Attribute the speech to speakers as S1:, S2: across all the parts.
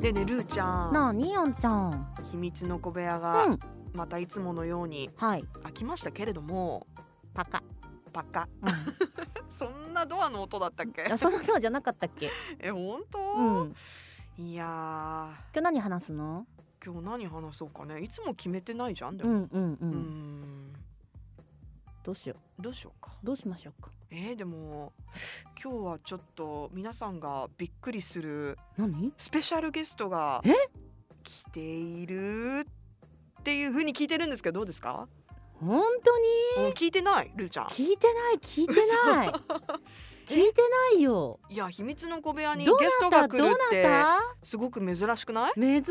S1: でねルーちゃん
S2: なあにあんちゃん
S1: 秘密の小部屋
S2: う
S1: が
S2: ん
S1: またいつものように
S2: はい
S1: 開きましたけれども
S2: パカ、
S1: パカ
S2: うん、い
S1: そんなドアの音だったっけ
S2: やそのそうじゃなかったっけ
S1: え本
S2: うん
S1: 当、
S2: 今
S1: いや
S2: 日何話すの
S1: ー今日何話そうかねいつも決めてないじゃんで
S2: う
S1: も、
S2: んうんう、
S1: うんーん
S2: どうしよ
S1: どうしようか
S2: うどうしましょうか
S1: えー、でも今日はちょっと皆さんがびっくりする
S2: 何
S1: スペシャルゲストが
S2: え
S1: 来ているっていうふうに聞いてるんですけどどうですか、
S2: 本当に
S1: うん聞いてないルーちゃん
S2: 聞いてない聞いてない 聞いてないよ
S1: いや秘密の小部屋にゲ
S2: どう
S1: ストが
S2: なった
S1: 来
S2: どう
S1: る
S2: なっ
S1: って
S2: た
S1: すごく珍しくない
S2: 珍し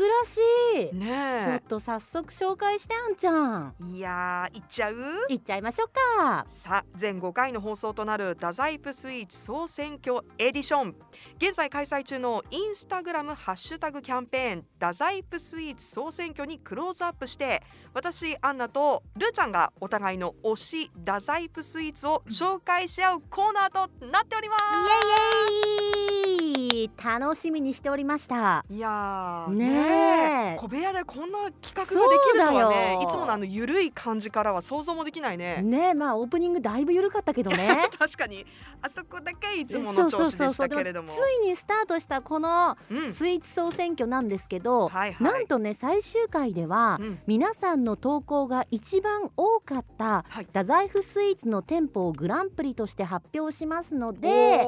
S2: い、
S1: ね
S2: ちょっと早速紹介してあんちゃん
S1: えいやー行っちゃう
S2: 行っちゃいましょうか
S1: さあ全5回の放送となる太宰府スイーツ総選挙エディション現在開催中のインスタグラムハッシュタグキャンペーン太宰府スイーツ総選挙にクローズアップして私アンナとルーちゃんがお互いの推し太宰府スイーツを紹介し合うコーナーとなっております
S2: イエイイエイ楽しみにしておりました
S1: いやー
S2: ねえ
S1: え小部屋でこんな企画ができるとはね
S2: そうだよ
S1: いつものあのゆるい感じからは想像もできないね
S2: ねえまあオープニングだいぶ緩かったけどね
S1: 確かにあそこだけいつもの調子でしたけれども
S2: ついにスタートしたこの
S1: うん
S2: スイーツ総選挙なんですけど、
S1: はいはい
S2: なんとね最終回では、
S1: うん
S2: 皆さんの投稿が一番多かった
S1: はい
S2: 太宰府スイーツの店舗をグランプリとして発表しますので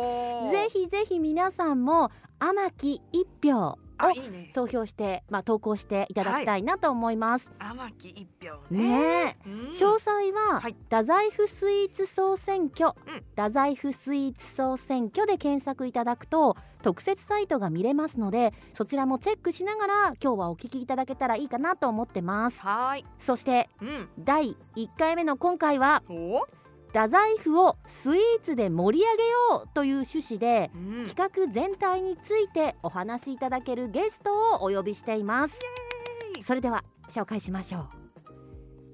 S2: ぜ
S1: ひ
S2: ひぜひ皆さんも天木一票を
S1: あいいね
S2: 投票して、まあ、投稿していただきたいなと思います。
S1: 天木一票ね
S2: ねえ
S1: うん
S2: 詳細は、
S1: はい
S2: 太宰府スイーツ総選挙、
S1: うん
S2: 太宰府スイーツ総選挙で検索いただくと特設サイトが見れますのでそちらもチェックしながら今日はお聞きいただけたらいいかなと思ってます
S1: はーい
S2: そして
S1: うん
S2: 第1回目の今回は
S1: お
S2: 太宰府をスイーツで盛り上げようという趣旨で
S1: うん
S2: 企画全体についてお話しいただけるゲストをお呼びしています
S1: イエーイ
S2: それでは紹介しましょう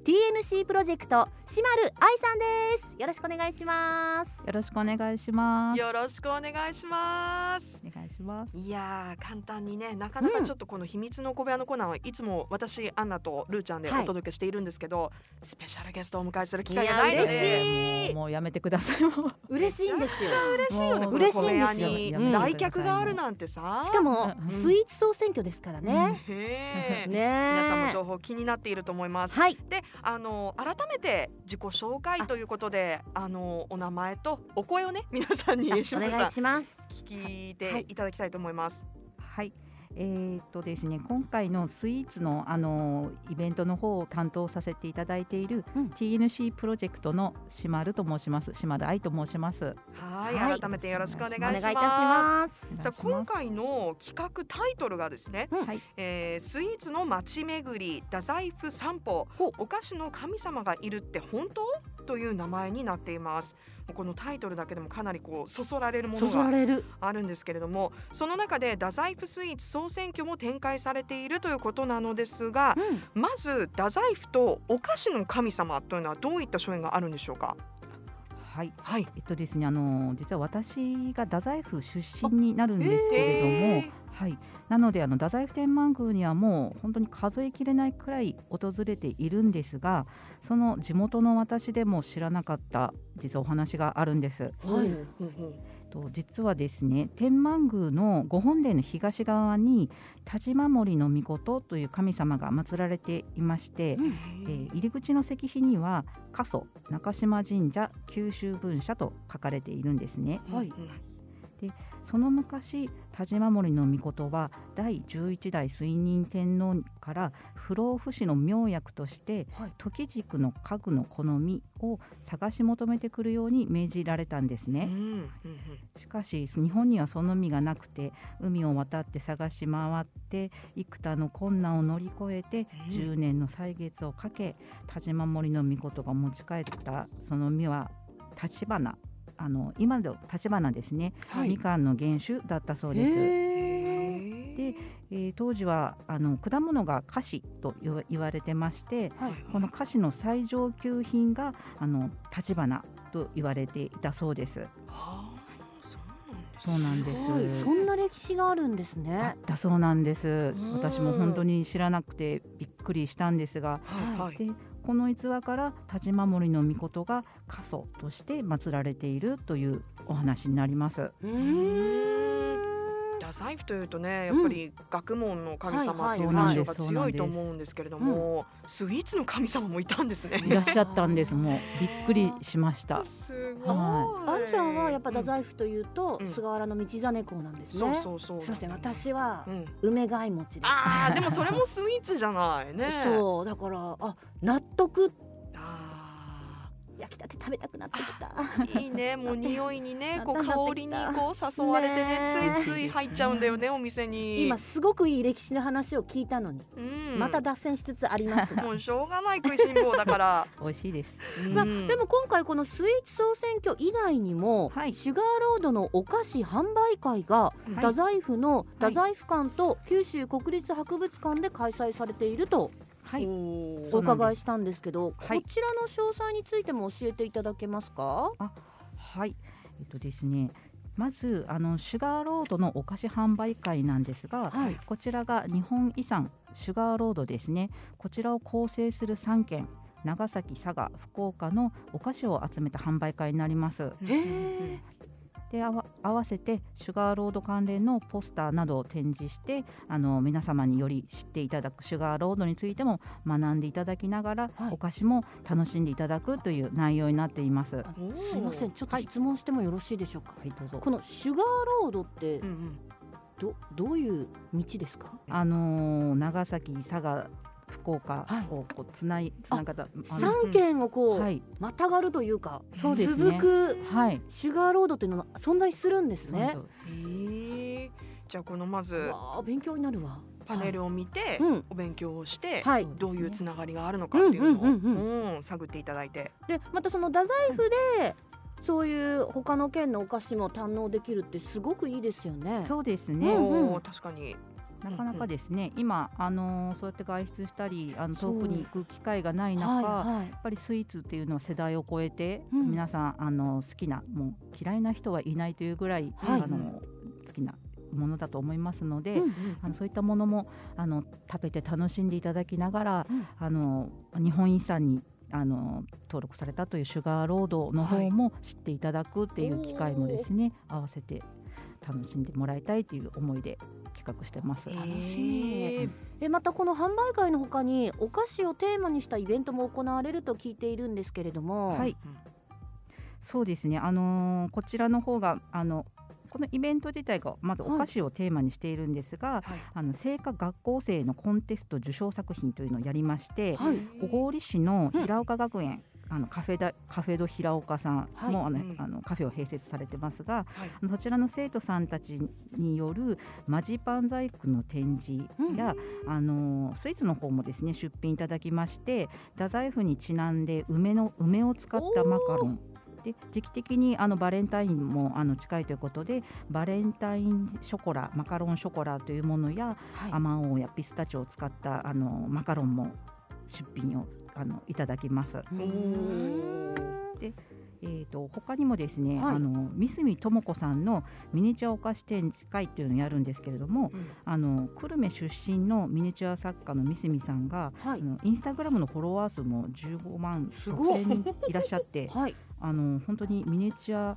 S2: TNC プロジェクトしまる愛さんですよろしくお願いします
S3: よろしくお願いします。
S1: よろしくお願いします
S3: お願いします。
S1: いやー簡単にねなかなか
S2: うん
S1: ちょっとこの秘密の小部屋のコーナーはいつも私アンナとルーちゃんで
S2: はい
S1: お届けしているんですけど、スペシャルゲストをお迎えする機
S2: い
S1: 会が
S2: や
S1: ないの
S2: 嬉
S1: で
S2: しい
S3: も
S2: う
S3: もうやめてください。もう
S2: 嬉しいんですよ
S1: 嬉しいよね
S3: も
S2: う
S1: この小部屋
S2: 嬉しいん
S1: に
S2: ですようん
S1: 来客があるなんてさ
S2: しかも
S3: うん
S2: スイーツ総選挙ですからね、
S1: ねえ
S2: ね
S1: 皆さんも
S2: え
S1: 情報気になっていると思います
S2: はい
S1: であの改めて自己紹介ということであのお名前とお声をね皆さんに
S2: あ
S1: 吉
S2: お
S1: 村
S2: 願
S1: さ
S2: いします
S1: ん聞いていただきたいと思います。
S3: はい。えーっとですね、今回のスイーツのあのイベントの方を担当させていただいている
S2: うん
S3: TNC プロジェクトのしまると申します。しまる愛と申します。
S1: はい、
S2: はい
S1: 改めてよろしくお願いし
S2: お願
S1: ま
S2: いい
S1: す。
S2: たします
S3: お願いし
S1: さ
S3: ま
S1: あ
S3: す
S1: 今回の企画タイトルがですね、
S2: うん
S3: はい
S1: えースイーツの街巡り太宰府散歩
S2: ほう
S1: お菓子の神様がいるって本当という名前になっていますもうこのタイトルだけでもかなりこうそそられるも
S2: そ
S1: の
S2: そ
S1: が
S2: られる
S1: あるんですけれどもその中で太宰府スイーツ総選挙も展開されているということなのですが
S2: うん
S1: まず太宰府とお菓子の神様というのはどういった所縁があるんでしょうか
S3: はい。
S1: はい
S3: えっとですね、あの実は私が太宰府出身になるんですけれども、
S1: え
S3: はい、なのであの太宰府天満宮にはもう本当に数えきれないくらい訪れているんですがその地元の私でも知らなかった実はお話があるんです。
S2: はい
S1: ほうほう
S3: と実はですね天満宮の御本殿の東側に田島守の御事という神様が祀られていまして、
S2: うん
S3: えー入り口の石碑には「過疎中島神社九州分社」と書かれているんですね。
S2: はい
S3: その昔田島守の御事は第11代水仁天皇から不老不死の妙薬として、
S2: はい
S3: 時軸の家具の好みを探し求めてくるように命じられたんです
S1: うんう
S3: ね、
S1: んうん
S3: しかし日本にはその実がなくて海を渡って探し回って幾多の困難を乗り越えて
S1: うん
S3: 10年の歳月をかけ田島守の御事が持ち帰ったその実は立花あの今の立花ですね
S1: は
S3: み
S1: い
S3: かんの原種だったそうです。えでー当時はあの果物が菓子と言わ言われてまして、
S2: はい
S3: この菓子の最上級品があの立花と言われていたそうです。
S1: あーそうなんです
S3: そうなんです
S2: ごいそんな歴史があるんです
S3: あ
S2: ね
S3: っ。たそうなんです
S2: ん
S3: 私も本当に知らなくてびっくりしたんですが
S1: はいはい
S3: でこの逸話から立ち守りの御事が家祖として祀られているというお話になります。
S2: うーん
S1: 太宰府というとねやっぱり学問の神様っていう
S3: はいは
S1: 印
S3: い
S1: 象が
S3: そう
S1: 強
S3: なん
S1: い
S3: です
S1: と思うんですけれども、スイーツの神様もいたんですね。
S3: いらっしゃったんですもうびっくりしました。
S1: すごい。
S3: は
S2: あんちゃんはやっぱ
S1: うん
S2: 太宰府というと、
S1: うん
S2: 菅原道真公なんです
S1: そう
S2: ね。
S1: そうそう。
S2: すいません、私は
S1: うん。
S2: 梅貝餅です。
S1: ああでもそれもスイーツじゃないね。う。
S2: そうだからあ納得
S1: あ
S2: 焼きたて食べたくなってきた。
S1: あいいねもう匂いに ねこう
S2: だんだんなっ
S1: 香
S2: て
S1: り
S2: き
S1: に
S2: た
S1: こう誘われてね
S2: ね
S1: ついつい入っちゃうんだよねお店に。
S2: 今すごくいい歴史の話を聞いたのに、
S1: うん
S2: また脱線しつつあります が。
S1: もうしょうがない食いしん坊だ から。
S3: 美味しいです。
S2: まあ、
S1: うん
S2: でも今回このスイーツ総選挙以外にも、
S3: はい
S2: シュガーロードのお菓子販売会が
S1: はい
S2: 太宰府の太宰府館と九州国立博物館で開催されていると
S3: はい。
S2: お
S3: そうなんです
S2: 伺いしたんですけど、
S3: はい
S2: こちらの詳細についても教えていただけますか、
S3: はい、えっとですね。まずあのシュガーロードのお菓子販売会なんですが、
S2: はい、
S3: こちらが日本遺産シュガーロードですね。こちらを構成する3県、長崎、佐賀、福岡のお菓子を集めた販売会になります。
S2: へー
S3: であわ合わせてシュガーロード関連のポスターなどを展示してあの皆様により知っていただくシュガーロードについても学んでいただきながら、
S2: はい
S3: お菓子も楽しんでいただくという内容になっています。は
S1: おー
S2: すいません。ちょっと質問してもよろしいでしょうか、
S3: いどうぞ
S2: このシュガーロードって
S1: うんうん。
S2: どどういう道ですか
S3: あのー長崎佐賀福岡
S2: はい
S3: をこうつないつながったあの
S2: 三軒をこう、
S3: はい
S2: またがるというか
S3: そうですね
S2: 続く
S3: はい
S2: シュガーロードっていうのが存在するんです
S3: そうなんで
S2: ね
S3: す。よ
S1: ええじゃあこのまず
S2: わあ勉強になるわ。
S1: パネルを見て
S2: はいうん
S1: お勉強をして
S2: はい
S1: どういうつながりがあるのかっていうのを
S2: うんうんう
S1: うん探っていただいて
S2: でまたその太宰府でそういう他の県のお菓子も堪能できるってすごくいいですよね。
S3: そうです
S1: お
S3: ね、
S2: うん
S1: ー確かに
S3: なかなかですね、今あのーそうやって外出したりあの
S2: そう
S3: 遠くに行く機会がない中、
S2: はいは
S3: やっぱりスイーツっていうのは世代を超えて、
S2: うん
S3: 皆さんあの好きなもう嫌いな人はいないというぐらい、
S2: はい
S3: あの好きなものだと思いますので、
S2: うん
S3: あのそういったものもあの食べて楽しんでいただきながら、
S2: うん
S3: あの日本遺産にあの登録されたというシュガーロードの方も知っていただくっていう機会もですね、合わせて楽しんでもらいたいという思いで企画してます。
S2: 楽し
S1: え
S2: み
S1: ー
S2: い。でまたこの販売会の他にお菓子をテーマにしたイベントも行われると聞いているんですけれども。
S3: はいそうですね。あのーこちらの方があのこのイベント自体がまずお菓子をテーマにしているんですが、
S1: はい
S3: あの成果学校生のコンテスト受賞作品というのをやりまして、
S2: はい
S3: 小郡市の平岡学園、あのカフェだカフェド平岡さん
S2: はい
S3: も、あの
S1: うん
S3: あのカフェを併設されてますが、
S1: はい
S3: あのそちらの生徒さんたちによるマジパン細工の展示や、あのスイーツの方もですね出品いただきまして太宰府にちなんで梅の梅を使ったマカロンで時期的にあのバレンタインもあの近いということでバレンタインショコラマカロンショコラというものや、
S2: はい
S3: あまおうやピスタチオを使ったあのマカロンも出品をあのいただきます。
S2: う
S1: お
S2: ん
S1: ー
S3: えー、と他にもですね、
S2: はい
S3: あの三角智子さんのミニチュアお菓子展示会っていうのをやるんですけれども
S1: うん
S3: あの久留米出身のミニチュア作家の三角さんが、
S2: はい
S3: あのインスタグラムのフォロワー数も15万
S2: すごい
S3: 6000人いらっしゃって
S2: はい。
S3: あの本当にミニチュア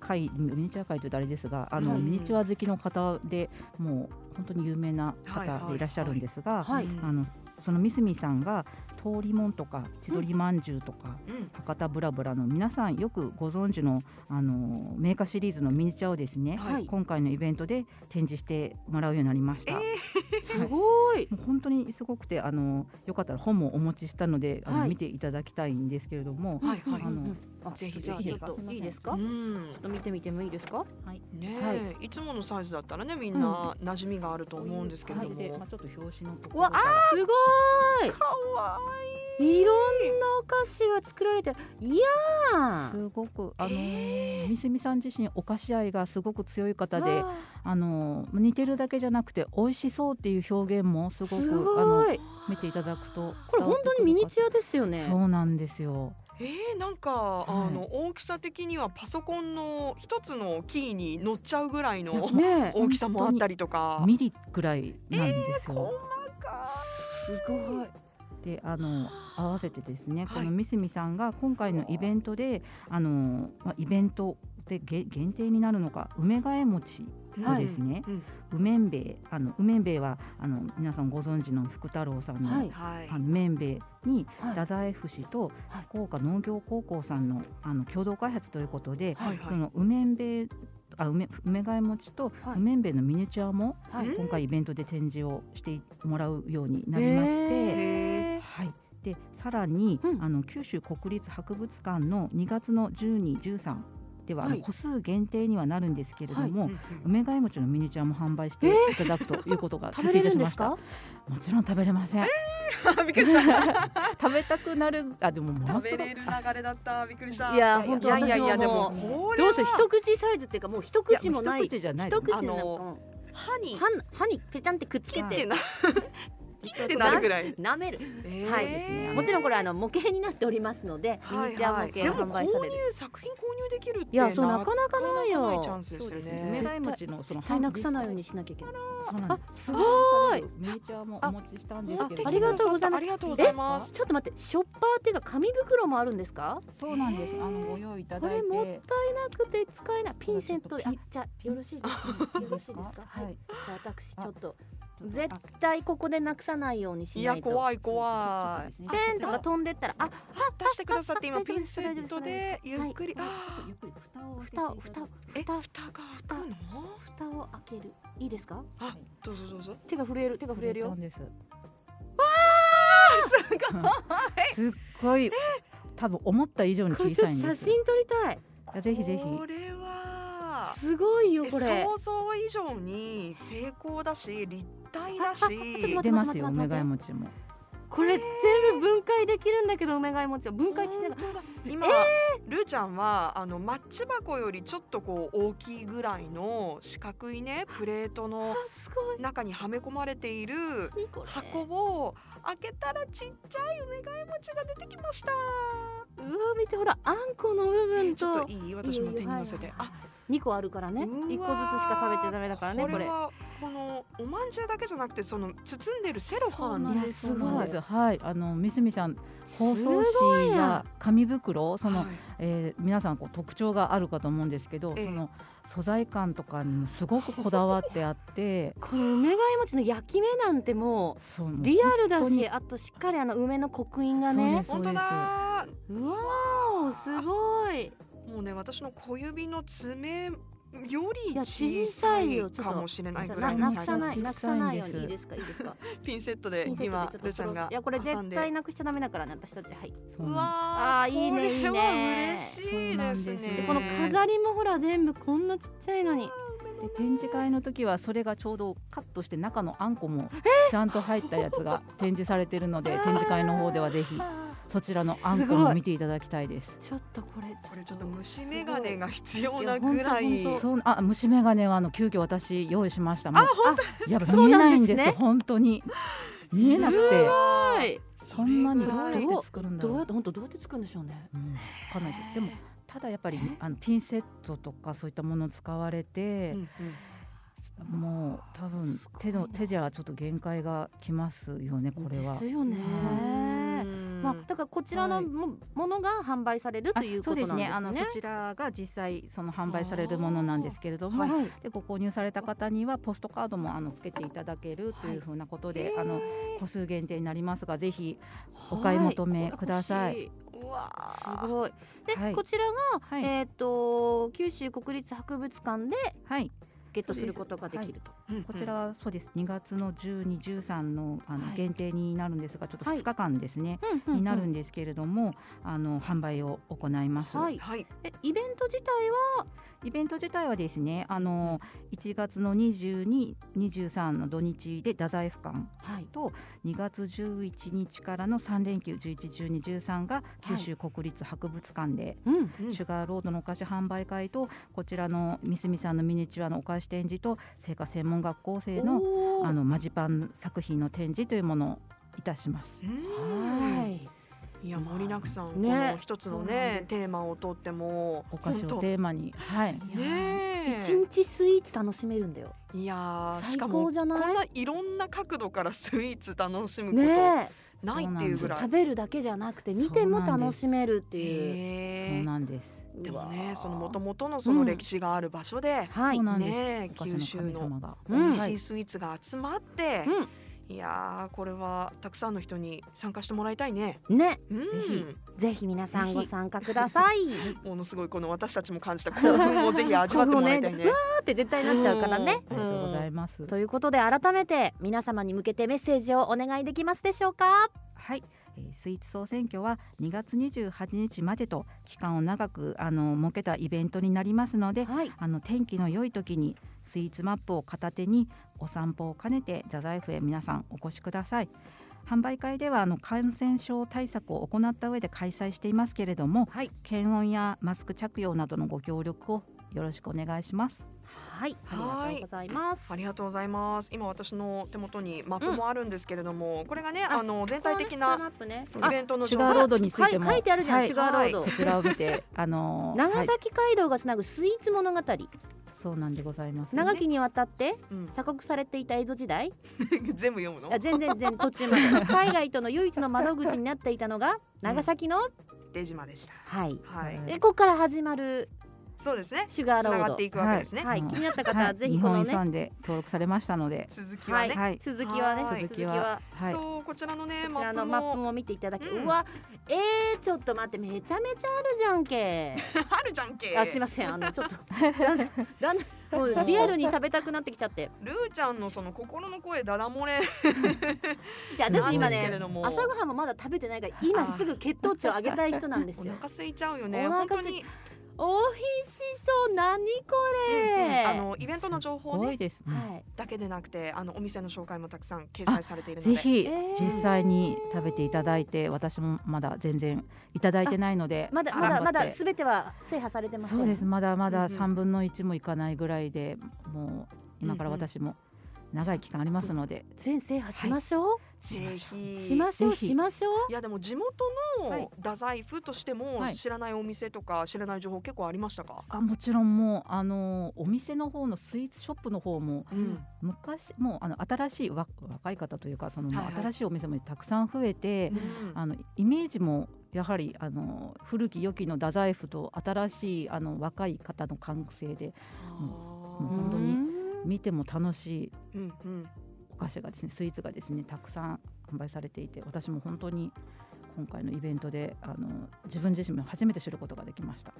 S3: 会ミニチュア会というとあれですがあの、
S1: はい
S3: ミニチュア好きの方でもう本当に有名な方でいらっしゃるんですが、
S2: はい
S1: うん
S3: あのその三角さんが通りもんとか千鳥まんじゅうとか、
S1: うん
S3: 博多ブラブラの皆さんよくご存知のあのメーカーシリーズのミニチュアをですね、
S2: はい
S3: 今回のイベントで展示してもらうようになりました。
S1: えー
S2: すごい。
S3: もう本当にすごくてあのよかったら本もお持ちしたのであの、
S2: はい
S3: 見ていただきたいんですけれども、
S1: はいはい
S3: あの
S2: あ
S1: ぜひ
S2: じゃあ
S1: ぜひ
S2: ちょっといいですか。
S1: う
S2: ちょ
S1: ん
S2: っと見てみてもいいですか。
S1: ね
S3: はい
S1: えいつものサイズだったらねみんな馴染みがあると思うんですけれど
S3: こういう感じでま
S1: も
S3: あ、ちょっと表紙のと
S2: う
S3: ころ
S2: わ
S3: か
S2: あ
S3: ら
S2: すごい。
S1: かわ
S2: いろんなお菓子が作られてる。いやー。
S3: すごくあの、
S1: え
S3: 三角さん自身お菓子愛がすごく強い方で
S2: わ
S3: あの似てるだけじゃなくて美味しそうっていう表現もす
S2: あ
S3: ごく
S2: す
S3: あの
S2: ごい。
S3: 見ていただくと
S2: これ本当にミニチ
S3: ュ
S2: ュアですよね。
S3: そうなんですよ
S1: えー、なんか、あの大きさ的にはパソコンの一つのキーに乗っちゃうぐら いの
S2: ねえ
S1: 大きさもあったりとか。
S3: ミリぐらいなんです
S1: 細
S3: よ。
S1: か
S2: すごい
S3: であの合わせてですね、
S1: はい
S3: このミスミさんが今回のイベントであの、まあ、イベントで限限定になるのか梅替え餅
S1: い
S3: をですね、
S1: うん
S3: 梅んべいあの梅んべいはあの皆さんご存知の福太郎さんの、
S2: はい
S1: はい
S3: あの麺べいに
S2: はい
S3: 太宰府市と
S2: はい
S3: 福岡農業高校さんのあの共同開発ということで、
S1: はいはい
S3: その梅んべいあ梅梅替え餅と
S2: はい
S3: 梅んべいのミニチュアも
S2: はい
S1: うん
S3: 今回イベントで展示をしてもらうようになりまして。
S2: へー
S3: はい、でさらに、
S2: うん
S3: あの九州国立博物館の2月の12、13では、あの
S2: はい
S3: 個数限定にはなるんですけれど
S1: う
S3: も、
S1: んうん
S3: 梅貝餅のミニチュアも販売していただくということが
S2: 食べ
S3: 決
S2: れる
S3: 定いたし
S2: んで
S3: ますした。
S2: か
S3: もちろん食べれません。
S1: びっくりした。
S3: 食べたくなるあでももの
S1: 食べ
S3: すごく
S1: れる流れだった。びっくりした。
S2: いや本当
S1: いやいやいや
S2: 私
S1: で
S2: も
S1: もこれ
S2: ど
S1: は
S2: うせ一口サイズっていうかもう一口もない
S3: や一口じゃない
S2: 一口
S1: あ
S2: なんか
S1: の歯に
S2: 歯歯にペタンってくっつけ
S1: 切って
S2: て
S1: な切ってなるぐらい。
S2: 舐めるは
S1: はい
S3: ですね
S2: もちろんこれあの模型になっておりますので、ミニチュア模型販売され
S1: でも
S2: る。
S1: 購入作品購入できるって
S2: いや、そうなかなかない
S1: なかなかない
S2: よ。
S1: チャンスですよね
S2: そう
S3: 梅
S1: 絶
S3: 貝餅のその
S2: 絶対なくさないようにしなきゃいけない。
S3: そうなん
S2: あ
S3: で、
S2: す
S3: す
S2: ご
S3: ご
S2: い。
S3: いミニチュアもお持ちしたんですけれども
S2: あありがとうございます
S1: ありがとうございます。
S2: ちょっと待って、ショッパーっていうか紙袋もあるんですか？
S3: そうなんですあのご用意いた
S2: こ
S3: だい
S2: れ
S3: て
S2: もったいなくて使えない。ピンセントで、
S3: ちょ
S2: あ
S3: っと、
S2: じゃあよろしいですか？よろしいですか？はい。
S3: はい
S2: じゃあ私ちょっと
S3: ちょっと
S2: 絶対ここでなくさないようにし
S1: い
S2: な
S1: や
S2: いと。
S1: 怖い怖い。
S3: ちょっ
S2: ペン
S3: ですね
S2: とか飛んでったら、あ、
S1: 出してくださって今
S2: 大丈
S1: ピ
S2: 夫
S1: ン
S2: です
S1: セントでゆっくり。
S2: 大丈夫
S1: あ
S3: ちょっとゆっくり蓋を開けてい
S2: 蓋を
S3: ただ
S2: 蓋を
S3: いて
S1: え
S2: 蓋を
S1: 蓋が開くの？
S2: 蓋を開ける。いいですか？
S1: あどうぞどうぞ。
S2: 手が震える手が震える
S3: ちゃ
S2: よ
S3: ん。です。わあ、すごい。すっごい。多分思った以上に
S2: これ
S3: 小
S2: ちょ
S3: さ
S2: っ
S3: いん
S2: と写
S3: です。
S2: 真撮りたい。
S3: やぜひぜひ
S1: これは。
S2: すごいよ
S1: え
S2: これ。
S1: 想像以上に成功だし立体だし
S2: あああちょっと待って
S3: 出ますよ、
S2: 待って待
S3: 梅
S2: って
S3: 替え餅も。
S2: これ全部分解できるんだけど梅貝餅は分解してない
S1: 今、ルーちゃんはあのマッチ箱よりちょっとこう大きいぐらいの四角いねプレートの
S2: すごい
S1: 中にはめ込まれている
S2: 何これ
S1: 箱を開けたらちっちゃい梅替え餅が出てきました。
S2: うわ見てほらあんこの部分
S1: ちょっ
S2: と
S1: といい私も手に乗せて。あ
S2: 二個あるからね
S1: うわー
S2: 一個ずつしか食べちゃダメだからねこ
S1: こ
S2: れ
S1: れはこのお饅頭だけじゃなくてその包んでるセロハン
S2: なんです
S3: そうなんですはい、あの、みすみさん、包装
S2: すごい
S3: 紙
S2: な
S3: や紙袋、その、
S1: はい
S3: えー皆さんこう特徴があるかと思うんですけど、
S1: ええ
S3: その。素材感とかにもすごくこだわってあって。
S2: この梅貝餅の焼き目なんても
S3: そう
S2: うリアルだ
S3: 本当
S2: し
S3: に
S2: あとしっかりあの梅の刻印が
S3: そうで
S2: ね
S3: す
S1: 本当だ
S2: うわーすごい
S1: もうね私の小指の爪より
S2: いや
S1: 小
S2: 小
S1: さ
S2: さい
S1: い
S2: よちょっと
S1: かもしれない
S2: じゃ
S1: ぐ
S2: あ
S1: らい
S2: な
S1: の
S2: なく
S1: サ
S2: さ
S1: イ
S2: ない
S1: ズ
S2: なくさないよう
S3: 小さい
S2: にいい
S3: んです
S2: ですかいいですか
S1: ピンセットで
S2: ピンセッ
S1: 今
S2: トでちょっ
S1: ルーちゃ
S2: とそ
S1: ん
S2: ろ
S1: が
S2: いやこれ
S1: 挟ん
S2: 絶
S1: で
S2: 対なくしちゃダメだからね私たちはい
S3: そう
S1: う
S3: なん
S1: わ
S2: あーいいねいいね
S1: これは嬉しいです
S3: そうなんです
S1: ね
S3: よ
S2: この飾りもほら全部こんなちっちゃいのに
S3: で展示会の時はそれがちょうどカットして中のあんこもちゃんと入ったやつが展示されているので展示会の方ではぜひそちらのあんこも見ていただきたいです。
S2: ちょっとこれ
S1: これちょっと虫眼鏡が必要なぐら
S2: いや
S1: い
S2: ほんとほんと
S3: そうあ虫眼鏡はあの急遽私用意しましたもう
S1: あ本
S3: やっぱ
S2: そう
S3: 見え
S2: な
S3: なん
S2: で
S3: いん
S2: すね
S3: です本当に見えなくて
S1: 当
S2: はい
S3: そんなにどうやって
S1: それぐらい
S3: 作るんだ
S2: ど
S3: ろ
S2: う
S3: う
S2: やって本当どうやって作るんでしょうね
S3: うんわかんないですでもただやっぱりあのピンセットとかそういったものを使われて、
S1: うんうん
S3: もう多分手の手じゃちょっと限界がきますよねこれは
S2: です。よね
S1: うん
S2: まあだからこちらの
S3: はい
S2: もものが販売されると
S3: あ
S2: いう
S3: そ
S2: こと
S3: う
S2: なんですす
S3: で
S2: ね
S3: ねあのそちらが実際その販売されるものなんですけれども、
S1: あー
S2: はい
S3: でご購入された方にはポストカードもあのつけていただけるというふうなことで、あの個数限定になりますがぜひお買い求めください。
S1: うわー
S2: すごいで、
S3: はい
S2: こちらが、
S3: はい
S2: えっ、と九州国立博物館で
S3: はい、
S2: ゲットすることができると
S1: うんうん
S3: こちらはそうです2月の12、13のあ
S1: は
S3: の
S1: い
S3: 限定になるんですがちょっと
S2: はい
S3: 2日間ですね、になるんですけれどもあの販売を行います。
S2: はい
S1: はい
S2: えイベント自体は
S3: イベント自体はですねあの1月の22、23の土日で太宰府館
S2: はい
S3: 2月11日からの3連休11、12、13が九州国立博物館で、
S2: うん
S1: うん
S3: シュガーロードのお菓子販売会とこちらのみすみさんのミニチュアのお菓子展示と製菓専門学校生の
S2: おー
S3: あのマジパン作品の展示というものをいたします。
S1: うん
S2: はい
S1: いや盛りだくさん、こ
S4: ね
S1: の一つ
S4: そう
S1: の
S4: なん
S1: ね
S4: です
S1: テーマをとっても
S4: お菓子を
S1: 本
S4: テーマにはい
S1: 当ね
S2: 一日スイーツ楽しめるんだよ
S1: えいやーし
S2: 最
S1: かも
S2: 高じゃ
S1: こん
S2: ない
S1: ないろんな角度からスイーツ楽しむこと、
S2: ね
S1: ないっていうぐ
S2: え
S1: らい
S2: 食べるだけじゃなくて見ても楽しめるっていう
S4: そう
S1: へえ
S4: なんです
S1: でも
S2: う
S1: ね
S2: わ
S1: その元々のその歴史がある場所で、
S2: はい
S4: そうなんです、
S1: ね
S4: お
S1: え
S4: 菓子
S1: 九
S4: の
S1: 州
S4: 神
S1: の
S4: 様が、
S2: う
S1: 美
S2: ん
S1: 味
S4: は
S1: し
S4: い
S1: いスイーツが集まって、
S2: うん
S1: いやーこれはたくさんの人に参加してもらいたいね。
S2: ね
S1: うん、
S4: ぜひ
S2: ぜひ皆さん
S4: ぜひ
S2: ご参加ください
S1: ものすごいこの私たちも感じた興奮をぜひ味わってもらいたいね。
S2: 興奮をねわーって絶対なっちゃうからね
S4: ありがとうございます、
S2: ということで改めて皆様に向けてメッセージをお願いできますでしょうか
S3: はい、えースイーツ総選挙は2月28日までと期間を長くあの設けたイベントになりますので
S2: はい
S3: あの天気の良い時にスイーツマップを片手にお散歩を兼ねて太宰府へ皆さんお越しください販売会ではあの感染症対策を行った上で開催していますけれども、
S2: はい
S3: 検温やマスク着用などのご協力をよろしくお願いします
S2: はいありがとうございます
S1: ありがとうございます。今私の手元にマップもあるんですけれども、これがね
S2: あ
S1: あの全体的な
S2: マップね
S1: イベントの
S4: シュ
S1: 情
S4: ガーロー
S1: 報
S4: ドについても、
S2: はい書いてあるじゃん、
S4: はい
S2: シュガーロード、
S1: は
S4: そちらを見てあのー
S2: 長
S4: はい
S2: 崎街道がつなぐスイーツ物語、
S3: そうなんでございます
S2: 長きにわたって
S1: うん、
S2: 鎖国されていた江戸時代
S1: 全部読むの
S2: あ？全然全然途中まで海外との唯一の窓口になっていたのが長崎の、
S1: 出島でした。
S2: はい
S1: はい、
S2: でここから始まる
S1: そうですね。
S2: シュガー
S1: つな
S2: ロー
S1: がっ
S2: ド
S1: ていくわけですね。
S2: はい、
S3: うん
S2: 気になった方
S3: は
S2: はぜひこの
S3: 日
S2: ね、
S3: 本
S2: は
S3: 遺産で登録されましたので
S1: 続きはね。
S3: はい
S2: 続きはね
S1: はい
S2: 続きは
S3: はい
S1: そうこちらのね
S2: こ
S1: マ
S2: ち
S1: ッ
S2: ら
S1: プ
S2: のマップ
S1: も
S2: も見ていただき、う
S1: うん
S2: わえー、ちょっと待ってめちゃめちゃあるじゃん け
S1: あるじゃんけ。
S2: あすいませんあのち ょっとだんだんだんだんもうリアルに食べたくなってきちゃって
S1: ルーちゃんのその心の声ダダ漏れ
S2: いや
S3: すご
S2: 私
S3: い
S1: な
S2: 今
S1: んですけれ
S2: ね
S1: ども
S2: 朝ごはんもまだ食べてないから今すぐ血糖値を上げたい人なんです
S1: お
S2: よ
S1: 腹空いちゃうよね
S2: お
S1: 本
S2: 腹
S1: 当
S2: すい
S1: に、
S2: おいしそう何これ、
S1: あのイベントの情報
S4: す
S1: ね
S4: ごいです、ね
S2: はい
S1: だけでなくてあのお店の紹介もたくさん掲載されているの
S4: ぜ
S1: で
S4: ひ
S2: えー
S4: 実際に食べていただいて、私もまだ全然いただいてないので
S2: まだ
S1: あ
S2: まだ
S4: 頑張
S2: ま
S4: って
S2: だすべては制覇されてません
S4: そうですまだま
S1: うんう
S4: だ
S1: ん
S4: 3分の1もいかないぐらいでもう今から私も長い期間ありますので、
S2: 全制覇しましょう、
S1: ぜひ
S2: しましょう
S4: ぜひ
S2: しましょう
S1: いやでも地元
S4: はい
S1: の太宰府としても
S4: はい
S1: 知らないお店とか知らない情報結構ありましたか、
S4: あもちろんもうあのーお店の方のスイーツショップの方も
S1: うん
S4: 昔もうあの新しいわ若い方というかその、もう
S1: はいはい
S4: 新しいお店もたくさん増えて、あのイメージもやはりあの古き良きの太宰府と新しいあの若い方の感性で
S1: あ
S4: 本当に見ても楽しい
S1: ーうんうん
S4: お菓子がですねスイーツがですねたくさん販売されていて私も本当に今回のイベントであの自分自身も初めて知ることができました。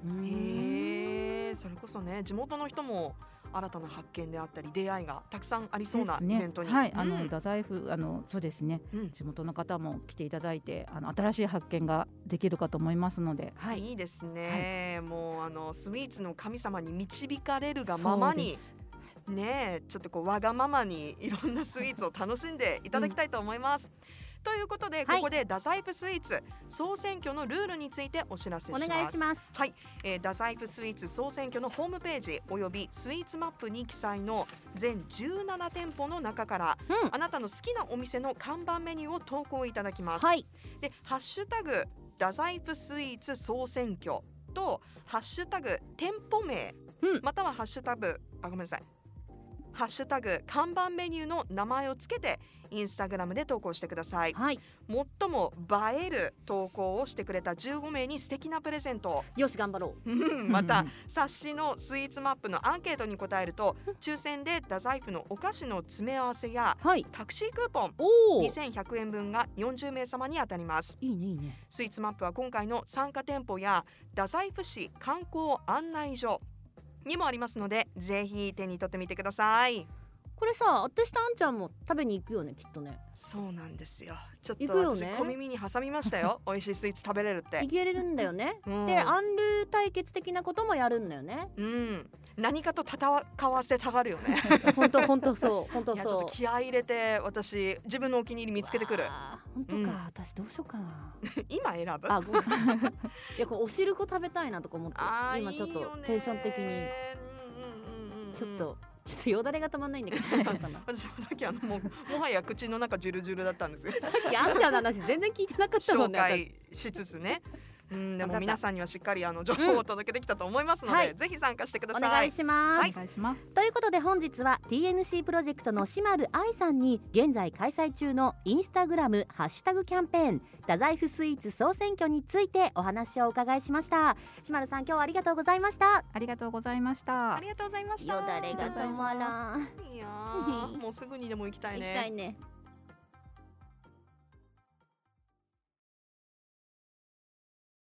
S1: へえそれこそね地元の人も新たな発見であったり出会いがたくさんありそうな
S4: です
S1: イ
S4: ね
S1: ベントに、
S4: はい、あ
S1: う
S4: の
S1: ん
S4: 太宰府あのそうですね
S1: うん、
S4: 地元の方も来ていただいてあの新しい発見ができるかと思いますので
S2: はいい
S1: いですね、もうあのスイーツの神様に導かれるがまま
S4: そう
S1: に
S4: です
S1: ねえちょっとこうわがままにいろんなスイーツを楽しんでいただきたいと思います。ということで、
S2: はい
S1: ここで太宰府スイーツ総選挙のルールについてお知らせし
S2: お
S1: ます。
S2: 願いします
S1: はい、えー、太宰府スイーツ総選挙のホームページおよびスイーツマップに記載の全17店舗の中から、
S2: うん
S1: あなたの好きなお店の看板メニューを投稿いただきます。
S2: はい
S1: で「ハッシュタグ太宰府スイーツ総選挙」と「ハッシュタグ店舗名」
S2: うん
S1: または「ハッシュタグあごめんなさい」ハッシュタグ看板メニューの名前をつけてインスタグラムで投稿してください
S2: はい
S1: 最も映える投稿をしてくれた15名に素敵なプレゼントを
S2: よし頑張ろう
S1: うんまた
S4: うん
S1: 冊子のスイーツマップのアンケートに答えると抽選で太宰府のお菓子の詰め合わせや
S2: はい
S1: タクシークーポン
S2: おおい
S1: 2100円分が40名様に当たります
S2: いねいいね
S1: スイーツマップは今回の参加店舗や太宰府市観光案内所にもありますのでぜひ手に取ってみてください
S2: これさ私とあんちゃんも食べに行くよねきっとね
S1: そうなんですよちょっ
S2: 行くよ
S1: と私、
S2: ね
S1: 小耳に挟みました よ美味しいスイーツ食べれるって
S2: 行けれるんだよね
S1: うん
S2: でアンルー対決的なこともやるんだよね
S1: うん、何かと戦わせたがるよね
S2: 本当本当 そう本当
S1: いやちょっ
S2: そ
S1: と
S2: う
S1: 気合い入れて私自分のお気に入り見つけてくる
S2: わあ本当か、
S1: うん
S2: 私どうしようかな
S1: 今選ぶ
S2: あごめんいやこれお汁粉食べたいなとか思って
S1: あー
S2: 今ちょっ
S1: いい
S2: と
S1: よね
S2: テンション的に
S1: うんうんうんうんうん
S2: ちょっとちょっとよだれが止まんないんだけどどうしようかな
S1: 私もさっきあのもうもはや口の中ジュルジュルだったんですよ
S2: さっきあんちゃんの話全然聞いてなかったも
S1: 紹
S2: んね
S1: 介しつつ ね。うん、で
S2: わ
S1: も
S2: かった
S1: 皆さんにはしっかりあの情報をお届けできたと思いますので、
S2: うんはい
S1: ぜひ参加してくだ
S2: お
S1: さ
S2: 願
S1: い
S2: い。します、
S1: はい
S3: お願いします。
S2: ということで本日は TNC プロジェクトのしまる愛さんに現在開催中のインスタグラムハッシュタグキャンペーン太宰府スイーツ総選挙についてお話をお伺いしましたしまるさん今日はありがとうございました
S3: ありがとうございました
S1: あ。りがとうございました。
S2: よだれが止まらん
S1: いやーもうすぐにでも行きたい
S2: 行き
S1: ね。
S2: たいね